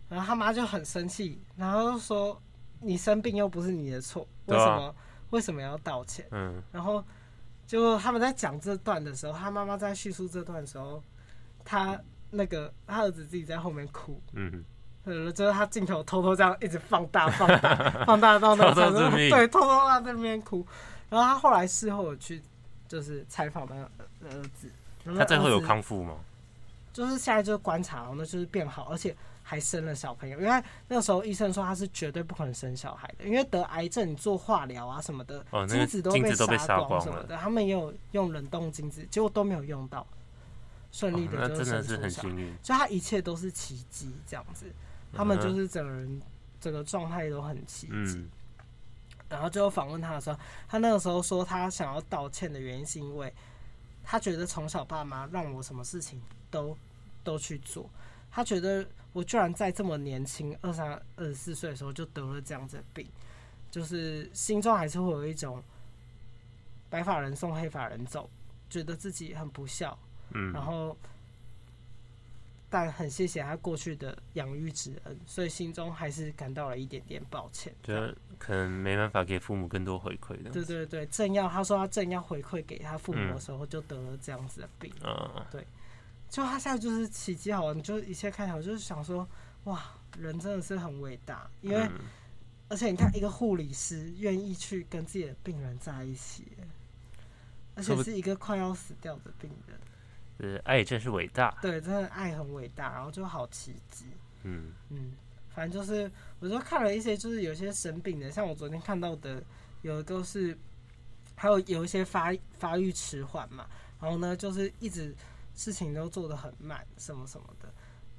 然后他妈就很生气，然后就说，你生病又不是你的错，为
对啊
什么、为什么要道歉？
嗯，
然后就他们在讲这段的时候，他妈妈在叙述这段的时候，他那个他儿子自己在后面哭，
嗯，
呃，就是他镜头偷偷这样一直放大、放大、放大到那个
偷偷
程度
自闭
对，偷偷他在那边哭。然后他后来事后有去就是采访那个儿子，然后
他最后有
儿子
康复吗？
就是现在就观察，然后呢就是变好，而且还生了小朋友。因为那时候医生说他是绝对不可能生小孩的，因为得癌症你做化疗啊什么的，
哦那个
精子都
精子都被
杀
杀光
什么
了
的。他们也有用冷冻精子，结果都没有用到，顺利
哦
的
那
就
真
生
的
出
是很
小孩。
幸运，
所以他一切都是奇迹这样子，他们就
嗯哼
是整个人整个状态都很奇迹。
嗯，
然后最后访问他的时候，他那个时候说他想要道歉的原因是因为他觉得从小爸妈让我什么事情都都去做，他觉得我居然在这么年轻，二三二十四岁的时候就得了这样子的病，就是心中还是会有一种白发人送黑发人走，觉得自己很不孝，然
嗯，
后，但很谢谢他过去的养育之恩，所以心中还是感到了一点点抱歉。
觉得可能没办法给父母更多回馈的。
对对对，正要他说他正要回馈给他父母的
嗯
时候，就得了这样子的病。
啊，
就他现在就是奇迹好了，你就一切看好，就是想说，哇，人真的是很伟大，因为、
嗯
而且你看一个护理师愿意去跟自己的病人在一起，而且
说不
是一个快要死掉的病人，
就是爱真是伟大。
对，真的爱很伟大，然后就好奇迹。
嗯
嗯，反正就是，我就看了一些，就是有些生病的，像我昨天看到的，有一个是，还有有一些发发育迟缓嘛，然后呢，就是一直事情都做得很慢，什么什么的，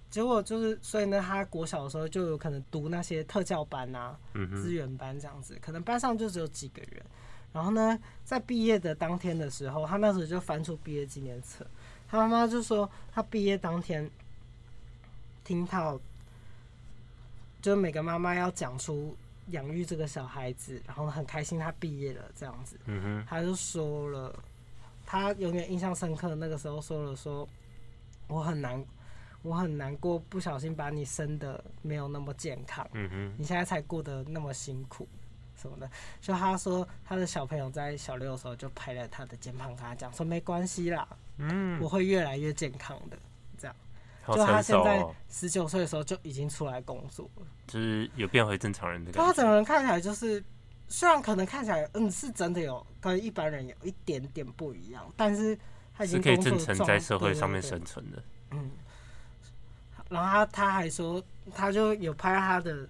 结果就是，所以呢，他国小的时候就有可能读那些特教班啊、
嗯
资
哼，
源班这样子，可能班上就只有几个人，然后呢，在毕业的当天的时候，他那时候就翻出毕业纪念册，他妈妈就说他毕业当天听到，就是每个妈妈要讲出养育这个小孩子，然后很开心他毕业了这样子，
嗯哼，
他就说了，他永远印象深刻，那个时候说了说，我很难，我很难过，不小心把你生的没有那么健康。
嗯哼，
你现在才过得那么辛苦什么的。就他说他的小朋友在小六的时候就拍了他的肩膀，跟他讲说没关系啦，我
嗯，
会越来越健康的。
好
就他
成
现
熟
在
哦，
十九岁的时候就已经出来工作了，
就是有变回正常人的
他
感
整
觉。
个人看起来就是。虽然可能看起来，嗯，是真的有跟一般人有一点点不一样，但是他已
是
经
可以
工作
正常
状
在社会
对
上
对
面
对
生存的。
嗯，然后他他还说，他就有拍到他的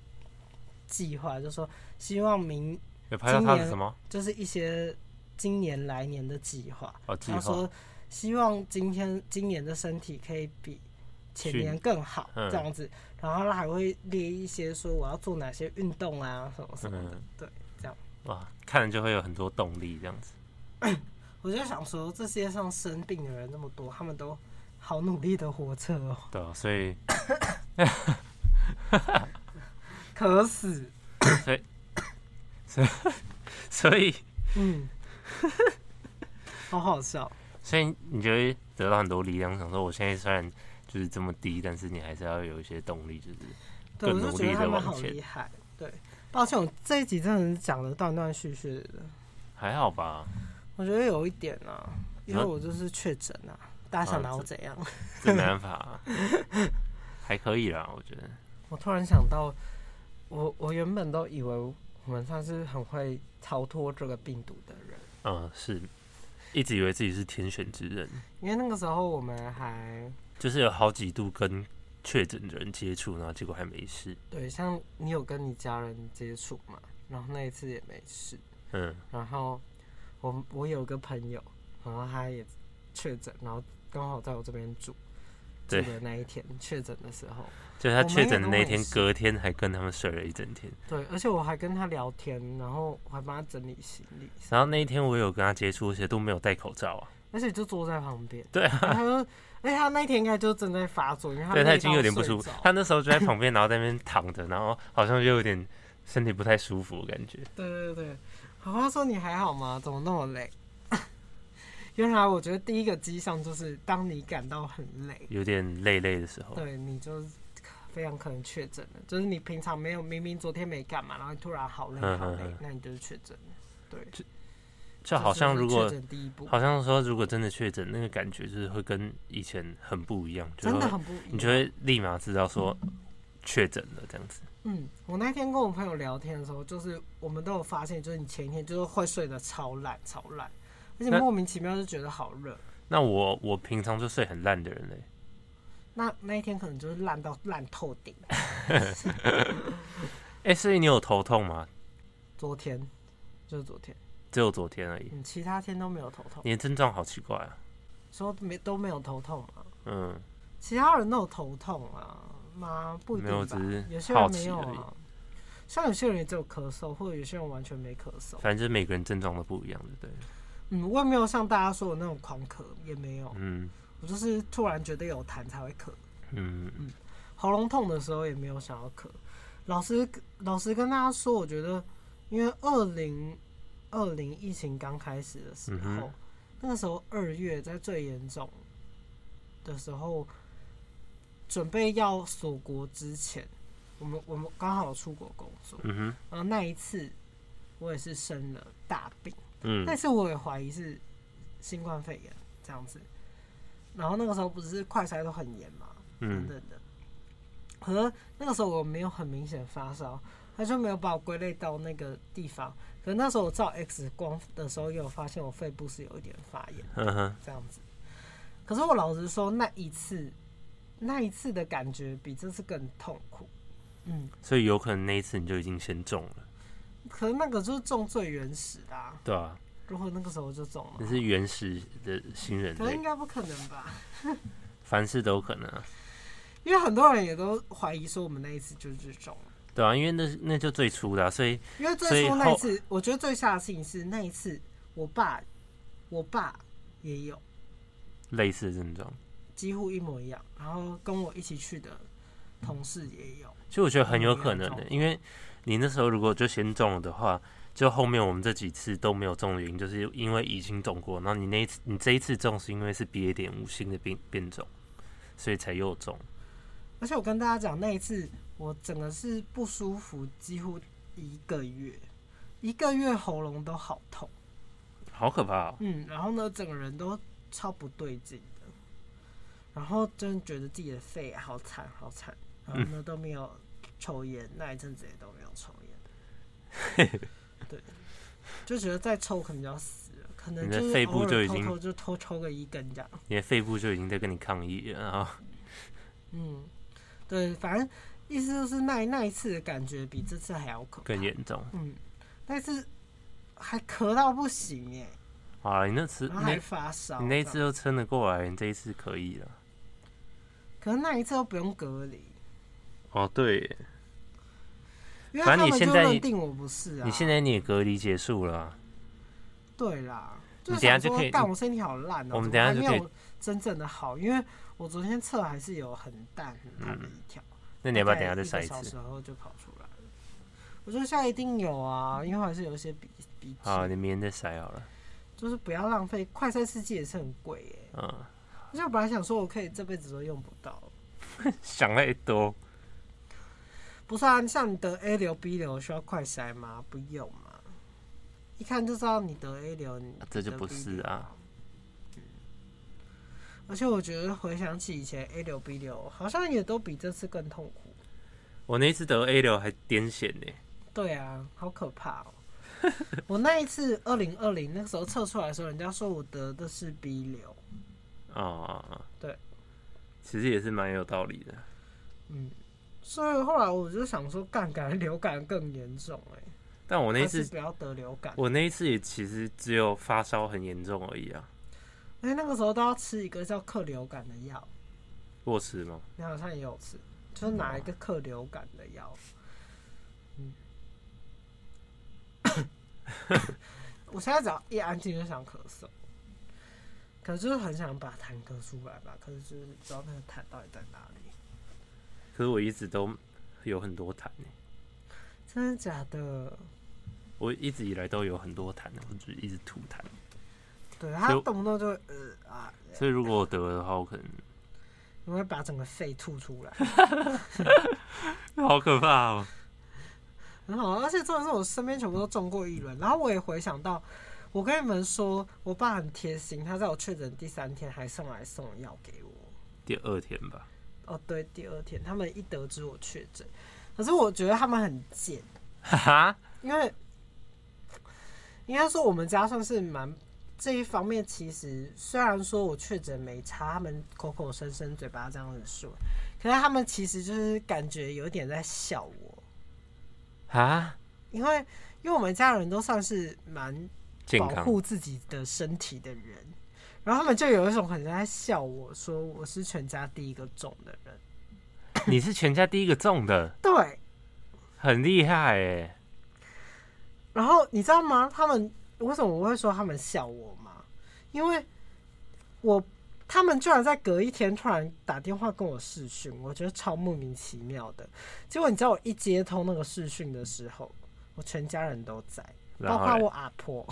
计划，就说希望明
有拍到
今
他的
年
什么？
就是一些今年来年的计划。
哦，计
他
划。
说希望今天今年的身体可以比前年更好
嗯
这样子，然后他还会列一些说我要做哪些运动啊什么什么的。
嗯
对，这样
哇，看了就会有很多动力这样子。
我就想说，这世界上生病的人那么多，他们都好努力的活着哦，
对啊，所以
渴死。
所以
嗯，好好笑。
所以你就会得到很多力量，想说我现在虽然就是这么低，但是你还是要有一些动力，就是
对，我
更
就
努
觉得
力
他
地
们
往
好
前
厉害。对，抱歉，我这一集真的是讲的断断续续的。
还好吧。
我觉得有一点啊，因为
啊
我就是确诊啊，大家想拿我怎样？
这没办法、还可以啦，我觉得。
我突然想到，我我原本都以为我们算是很会逃脱这个病毒的人，
嗯，是，一直以为自己是天选之人，
因为那个时候我们还
就是有好几度跟确诊的人接触，然后结果还没事。
对，像你有跟你家人接触嘛，然后那一次也没事，
嗯，
然后我我有个朋友，然后他也确诊，然后刚好在我这边住。住
对
的那一天确诊的时候，
就是他
我们
确诊
也
的
都
那
没
天，
事
隔天还跟他们睡了一整天。
对，而且我还跟他聊天，然后我还帮他整理行李，
然后那一天我有跟他接触，而且都没有戴口罩啊。
而且就坐在旁边。
对啊，
然后他就，而且他那一天应该就正在发作，因为他
对
累
他已经
到
有点不
睡
舒服
着，
他那时候就在旁边，然后在那边躺着，然后好像就有点身体不太舒服的感觉。
对对对，好话说你还好吗？怎么那么累？ 原来我觉得第一个迹象就是，当你感到很累，
有点累累的时候，
对你就是非常可能确诊了。就是你平常没有，明明昨天没干嘛，然后突然好累
嗯
好累
嗯嗯，
那你就是确诊了。对，
就
这
好
是
像如
确
果
诊第一步，
好像说如果真的确诊，那个感觉就是会跟以前很不一样，就
真的
会
很不一样。
你就会立马知道说确诊了这样子。
嗯，我那天跟我朋友聊天的时候，就是我们都有发现，就是你前一天就是会睡得超烂超烂，而且
那
莫名其妙就觉得好热。
那我我平常就睡很烂的人嘞，
那那一天可能就是烂到烂透 顶。
哎、所以你有头痛吗？
昨天就是昨天，
只有昨天而已。
嗯，其他天都没有头痛，
你的症状好奇怪啊，
说没都没有头痛啊，
嗯，
其他人都有头痛啊吗？不一
没有
定吧
只是，
有些
好
人
奇
没有
而已
啊，像有些人也只有咳嗽，或者有些人完全没咳嗽。
反正就是每个人症状都不一样的，对，
嗯，我也没有像大家说的那种狂咳，也没有，
嗯
我就是突然觉得有痰才会咳。
嗯，
喉咙痛的时候也没有想要咳。老师，老师跟大家说，我觉得，因为二零二零疫情刚开始的时
嗯
候，
哼
那个时候二月在最严重的时候，准备要锁国之前，我们我们刚好出国工作，
嗯哼，
然后那一次我也是生了大病。那
嗯
次我也怀疑是新冠肺炎这样子。然后那个时候不是快筛都很严嘛，等
嗯
等的。可是那个时候我没有很明显发烧，他就没有把我归类到那个地方。可是那时候我照 X 光的时候，也有发现我肺部是有一点发炎
嗯哼，
这样子。可是我老实说，那一次那一次的感觉比这次更痛苦。嗯，
所以有可能那一次你就已经先中了，
可是那个就是中最原始的、啊，
对啊，
如果那个时候就中了
那，是原始的新人
可是应
类，
该不可能吧？
凡事都有可能啊，
因为很多人也都怀疑说我们那一次就是中了，
对啊，因为那那就最初的啊、所以
因为
所
最
以
初那一
后
次，我觉得最吓的事情是那一次，我爸，我爸也有
类似的症状。
几乎一模一样，然后跟我一起去的同事也有，
其实我觉得很有可能
嗯
的、
没有中
因为你那时候如果就先中了的话，就后面我们这几次都没有中的原因，就是因为已经中过，然后你那一次你这一次中是因为是 BA 点五新的变变种，所以才又中。
而且我跟大家讲，那一次我整个是不舒服，几乎一个月，一个月喉咙都好痛，
好可怕哦！
嗯，然后呢，整个人都超不对劲的，然后真的觉得自己的肺好惨好惨，然
嗯
后呢都没有抽烟，那一阵子也都没有抽烟， 对，就觉得再抽可能就要死了，可能
你的
就是
肺
偶
部就
尔
已
偷
经
偷就偷抽个一根这样，
你的肺部就已经在跟你抗议了，然后
嗯，对，反正意思就是那那一次的感觉比这次还要可怕
更，严重。
嗯，那次还咳到不行耶，
好了，你那次
然后还
那
发烧，
你那一次都撑得过来，你这一次可以了。
可是那一次都不用隔离，
哦，对耶，
因为他
反正
们
你
就
现在
认定我不是啊。
你现在你也隔离结束了啊、
对啦，
你
是
等下
想
就
说
可以
干我身体好烂哦、
我们
怎么
等下就
还没
可
有真正的好，因为我昨天测还是有很淡很淡的一条。
嗯那你要不要
大
等
概
一下再
个
筛一
小
次？
时后就跑出来了。我说现在一定有啊，因为还是有一些鼻鼻
好，
涕，
你明天再筛好了。
就是不要浪费。快筛试剂也是很贵耶、
嗯，
而且我本来想说我可以这辈子都用不到，
想太多。
不是啊？像你得 A 流 B 流需要快筛吗？不用嘛，一看就知道你得 A 流，你
这就
得
不
B
是
流
啊。
而且我觉得回想起以前 A 流 B 流，好像也都比这次更痛苦。
我那一次得 A 流还癫痫呢，
对啊，好可怕哦！ 我那一次二零二零那个时候测出来的时候，人家说我得的是 B 流，
哦，哦
对，
其实也是蛮有道理的。
嗯，所以后来我就想说，干感觉流感更严重哎、
但我那一
还是
次，
不要得流感。
我那一次也其实只有发烧很严重而已啊。
而且哎那个时候都要吃一个叫克流感的药，
过吃吗？
你好像也有吃，就是拿一个克流感的药。嗯， 我现在只要一安静就想咳嗽，可是就是很想把痰咳出来吧，可是就是不知道那个痰到底在哪里。
可是我一直都有很多痰呢，
真的假的？
我一直以来都有很多痰，我就一直吐痰。
对
所
他
以我
动不动就会呃啊，
所以如果我得了的话，我可能
你会把整个肺吐出来。
好可怕哦。
很好，而且重点是我身边全部都中过一轮，然后我也回想到，我跟你们说，我爸很贴心，他在我确诊第三天还上来送药给我。
第二天吧，
哦，对，第二天他们一得知我确诊，可是我觉得他们很贱，
哈哈，
因为应该说我们家算是蛮这一方面，其实虽然说我确诊没差，他们口口声声嘴巴这样子说，可是他们其实就是感觉有点在笑我，
哈，
因为因为我们家人都算是蛮
健
保
康，
护自己的身体的人，然后他们就有一种很在笑我说我是全家第一个中的人，
你是全家第一个中的，
对，
很厉害哎。
然后你知道吗？他们为什么我会说他们笑我吗？因为我他们居然在隔一天突然打电话跟我视讯，我觉得超莫名其妙的。结果你知道我一接通那个视讯的时候，我全家人都在，
然
包
后
括
嘞
我阿婆、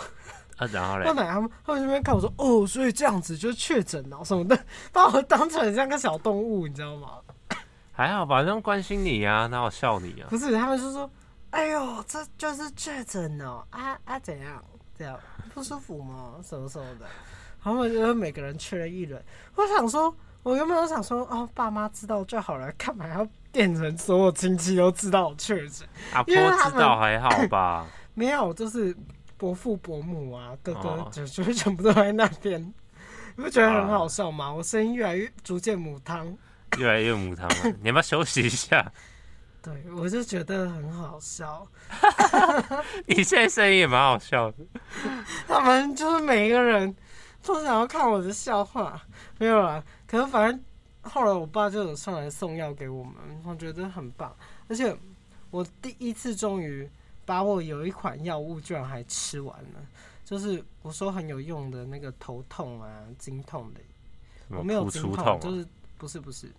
啊，然后嘞
我，奶他们，他们这边看我说哦，所以这样子就是确诊了什么的， 把我当成很像个小动物，你知道吗？
还好吧，那种关心你啊，哪有笑你啊？
不是，他们就说，哎呦，这就是确诊哦，啊啊怎样这样不舒服吗？什么什么的，他们就是每个人确认一轮。我想说，我原本都想说，哦，爸妈知道就好了，干嘛要变成所有亲戚都知道我确诊？
阿婆
因为他
知
们
道还好吧？
没有，就是伯父、伯母啊，哥哥
哦、
姐姐全部都在那边， 你不觉得很好笑吗？我声音越来越逐渐母汤，
越来越母汤了，你要不要休息 一下？
对我就觉得很好笑。
你现在声音也蛮好笑的，
他们就是每一个人都想要看我的笑话，没有啦。可是反正后来我爸就有上来送药给我们，我觉得很棒。而且我第一次终于把我有一款药物居然还吃完了，就是我说很有用的那个头痛啊、经痛的
什么
我没有
哭
经
出
痛，
痛
就
啊？
是不是不是，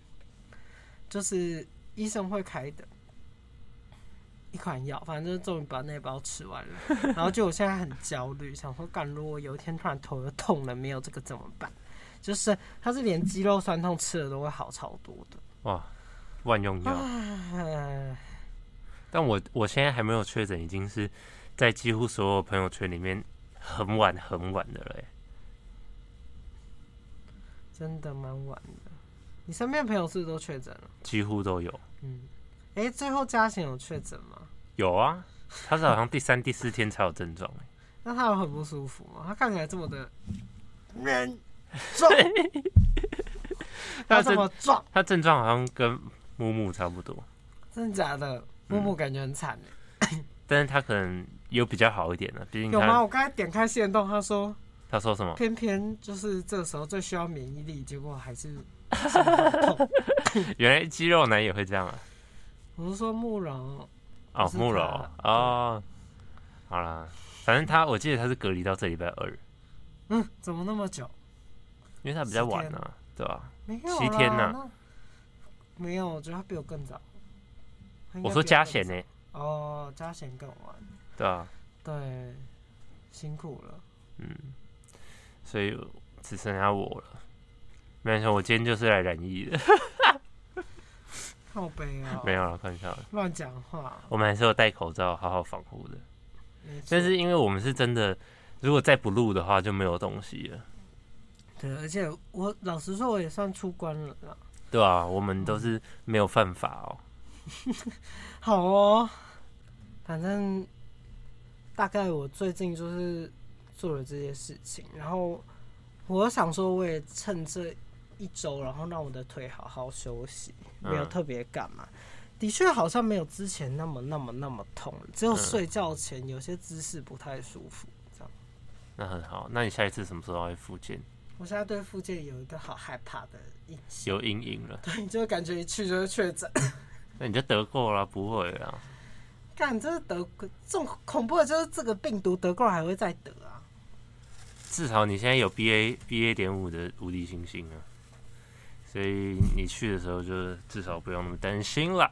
就是医生会开的一款药，反正就是终于把那包吃完了，然后就我现在很焦虑，想说干，如果有一天突然头又痛了，没有这个怎么办？就是它是连肌肉酸痛吃了都会好超多的，
哇，万用药。
啊唉
但我我现在还没有确诊，已经是在几乎所有朋友圈里面很晚很晚的了欸、
真的蛮晚的。你身边的朋友是不是都确诊了？
几乎都有。
嗯，诶，最后嘉贤有确诊吗？
有啊，他是好像第三、第四天才有症状欸、
那他有很不舒服吗？他看起来这么的人重， 他这么壮，
他症状好像跟木木差不多，
真的假的？木木感觉很惨欸、
但是他可能有比较好一点呢，毕竟
有吗？
他
我刚才点开线动，他说
他说什么？
偏偏就是这时候最需要免疫力，结果还是 心很痛。
原来肌肉男也会这样啊？
我是说慕容，
哦，
是
木柔
他
哦，好啦，反正他我记得他是隔离到这礼拜二，
嗯，怎么那么久？
因为他比较晚
十天
啊，对吧、
没有啦
七天呐
那没有，我觉得他比我更早。他应该
我
比
说
我更
加欸险呢、
早哦，嘉贤更晚，
对啊，
对，辛苦了。
嗯，所以只剩下我了。没关系，我今天就是来染疫的，
靠背啊、
没有了，开玩笑的。
乱讲话。
我们还是有戴口罩，好好防护的。
没错
但是因为我们是真的，如果再不录的话就没有东西了，
对，而且我老实说，我也算出关了啦。
对啊，我们
嗯
都是没有犯法哦。
好哦，反正大概我最近就是做了这些事情，然后我想说，我也趁这一周，然后让我的腿好好休息，
嗯
没有特别干嘛。的确，好像没有之前那么、那么、那么痛了，只有
嗯
睡觉前有些姿势不太舒服。这样，
那很好，那你下一次什么时候要去复健？
我现在对附件有一个好害怕的印象，
有阴影了，
对，就感觉一去就是确诊。
那你就得过了，不会啦。
干，这是得这种恐怖的，就是这个病毒得过还会再得啊！
至少你现在有 B A B A 点五的无敌星星啊，所以你去的时候就至少不用那么担心啦。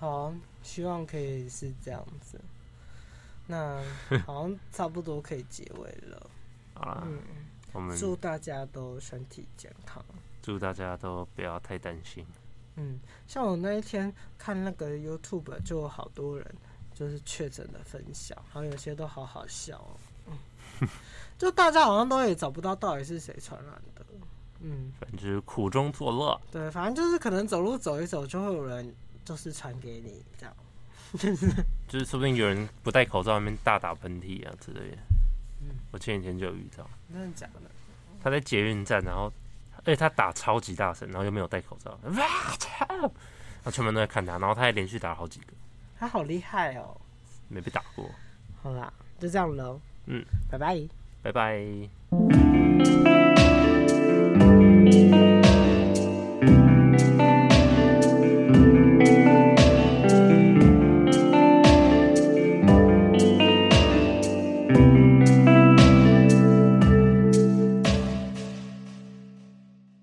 好，希望可以是这样子。那好像差不多可以结尾了。
好啊啦，
嗯，
我们
祝大家都身体健康。
祝大家都不要太担心。
嗯，像我那一天看那个 YouTube，就有好多人就是确诊的分享，然后有些都好好笑哦。嗯，就大家好像都也找不到到底是谁传染的。嗯。
反正就是苦中作乐，
对，反正就是可能走路走一走，就会有人就是传给你这样。
就是说不定有人不戴口罩，那边大打喷嚏啊之类的
嗯。
我前几天就有遇到，
真的假的？
他在捷运站，然后而且他打超级大声，然后又没有戴口罩，哇操！然后全部人都在看他，然后他还连续打了好几个，
他好厉害哦！
没被打过。
好啦，就这样喽。
嗯，
拜拜。
拜拜。
Thank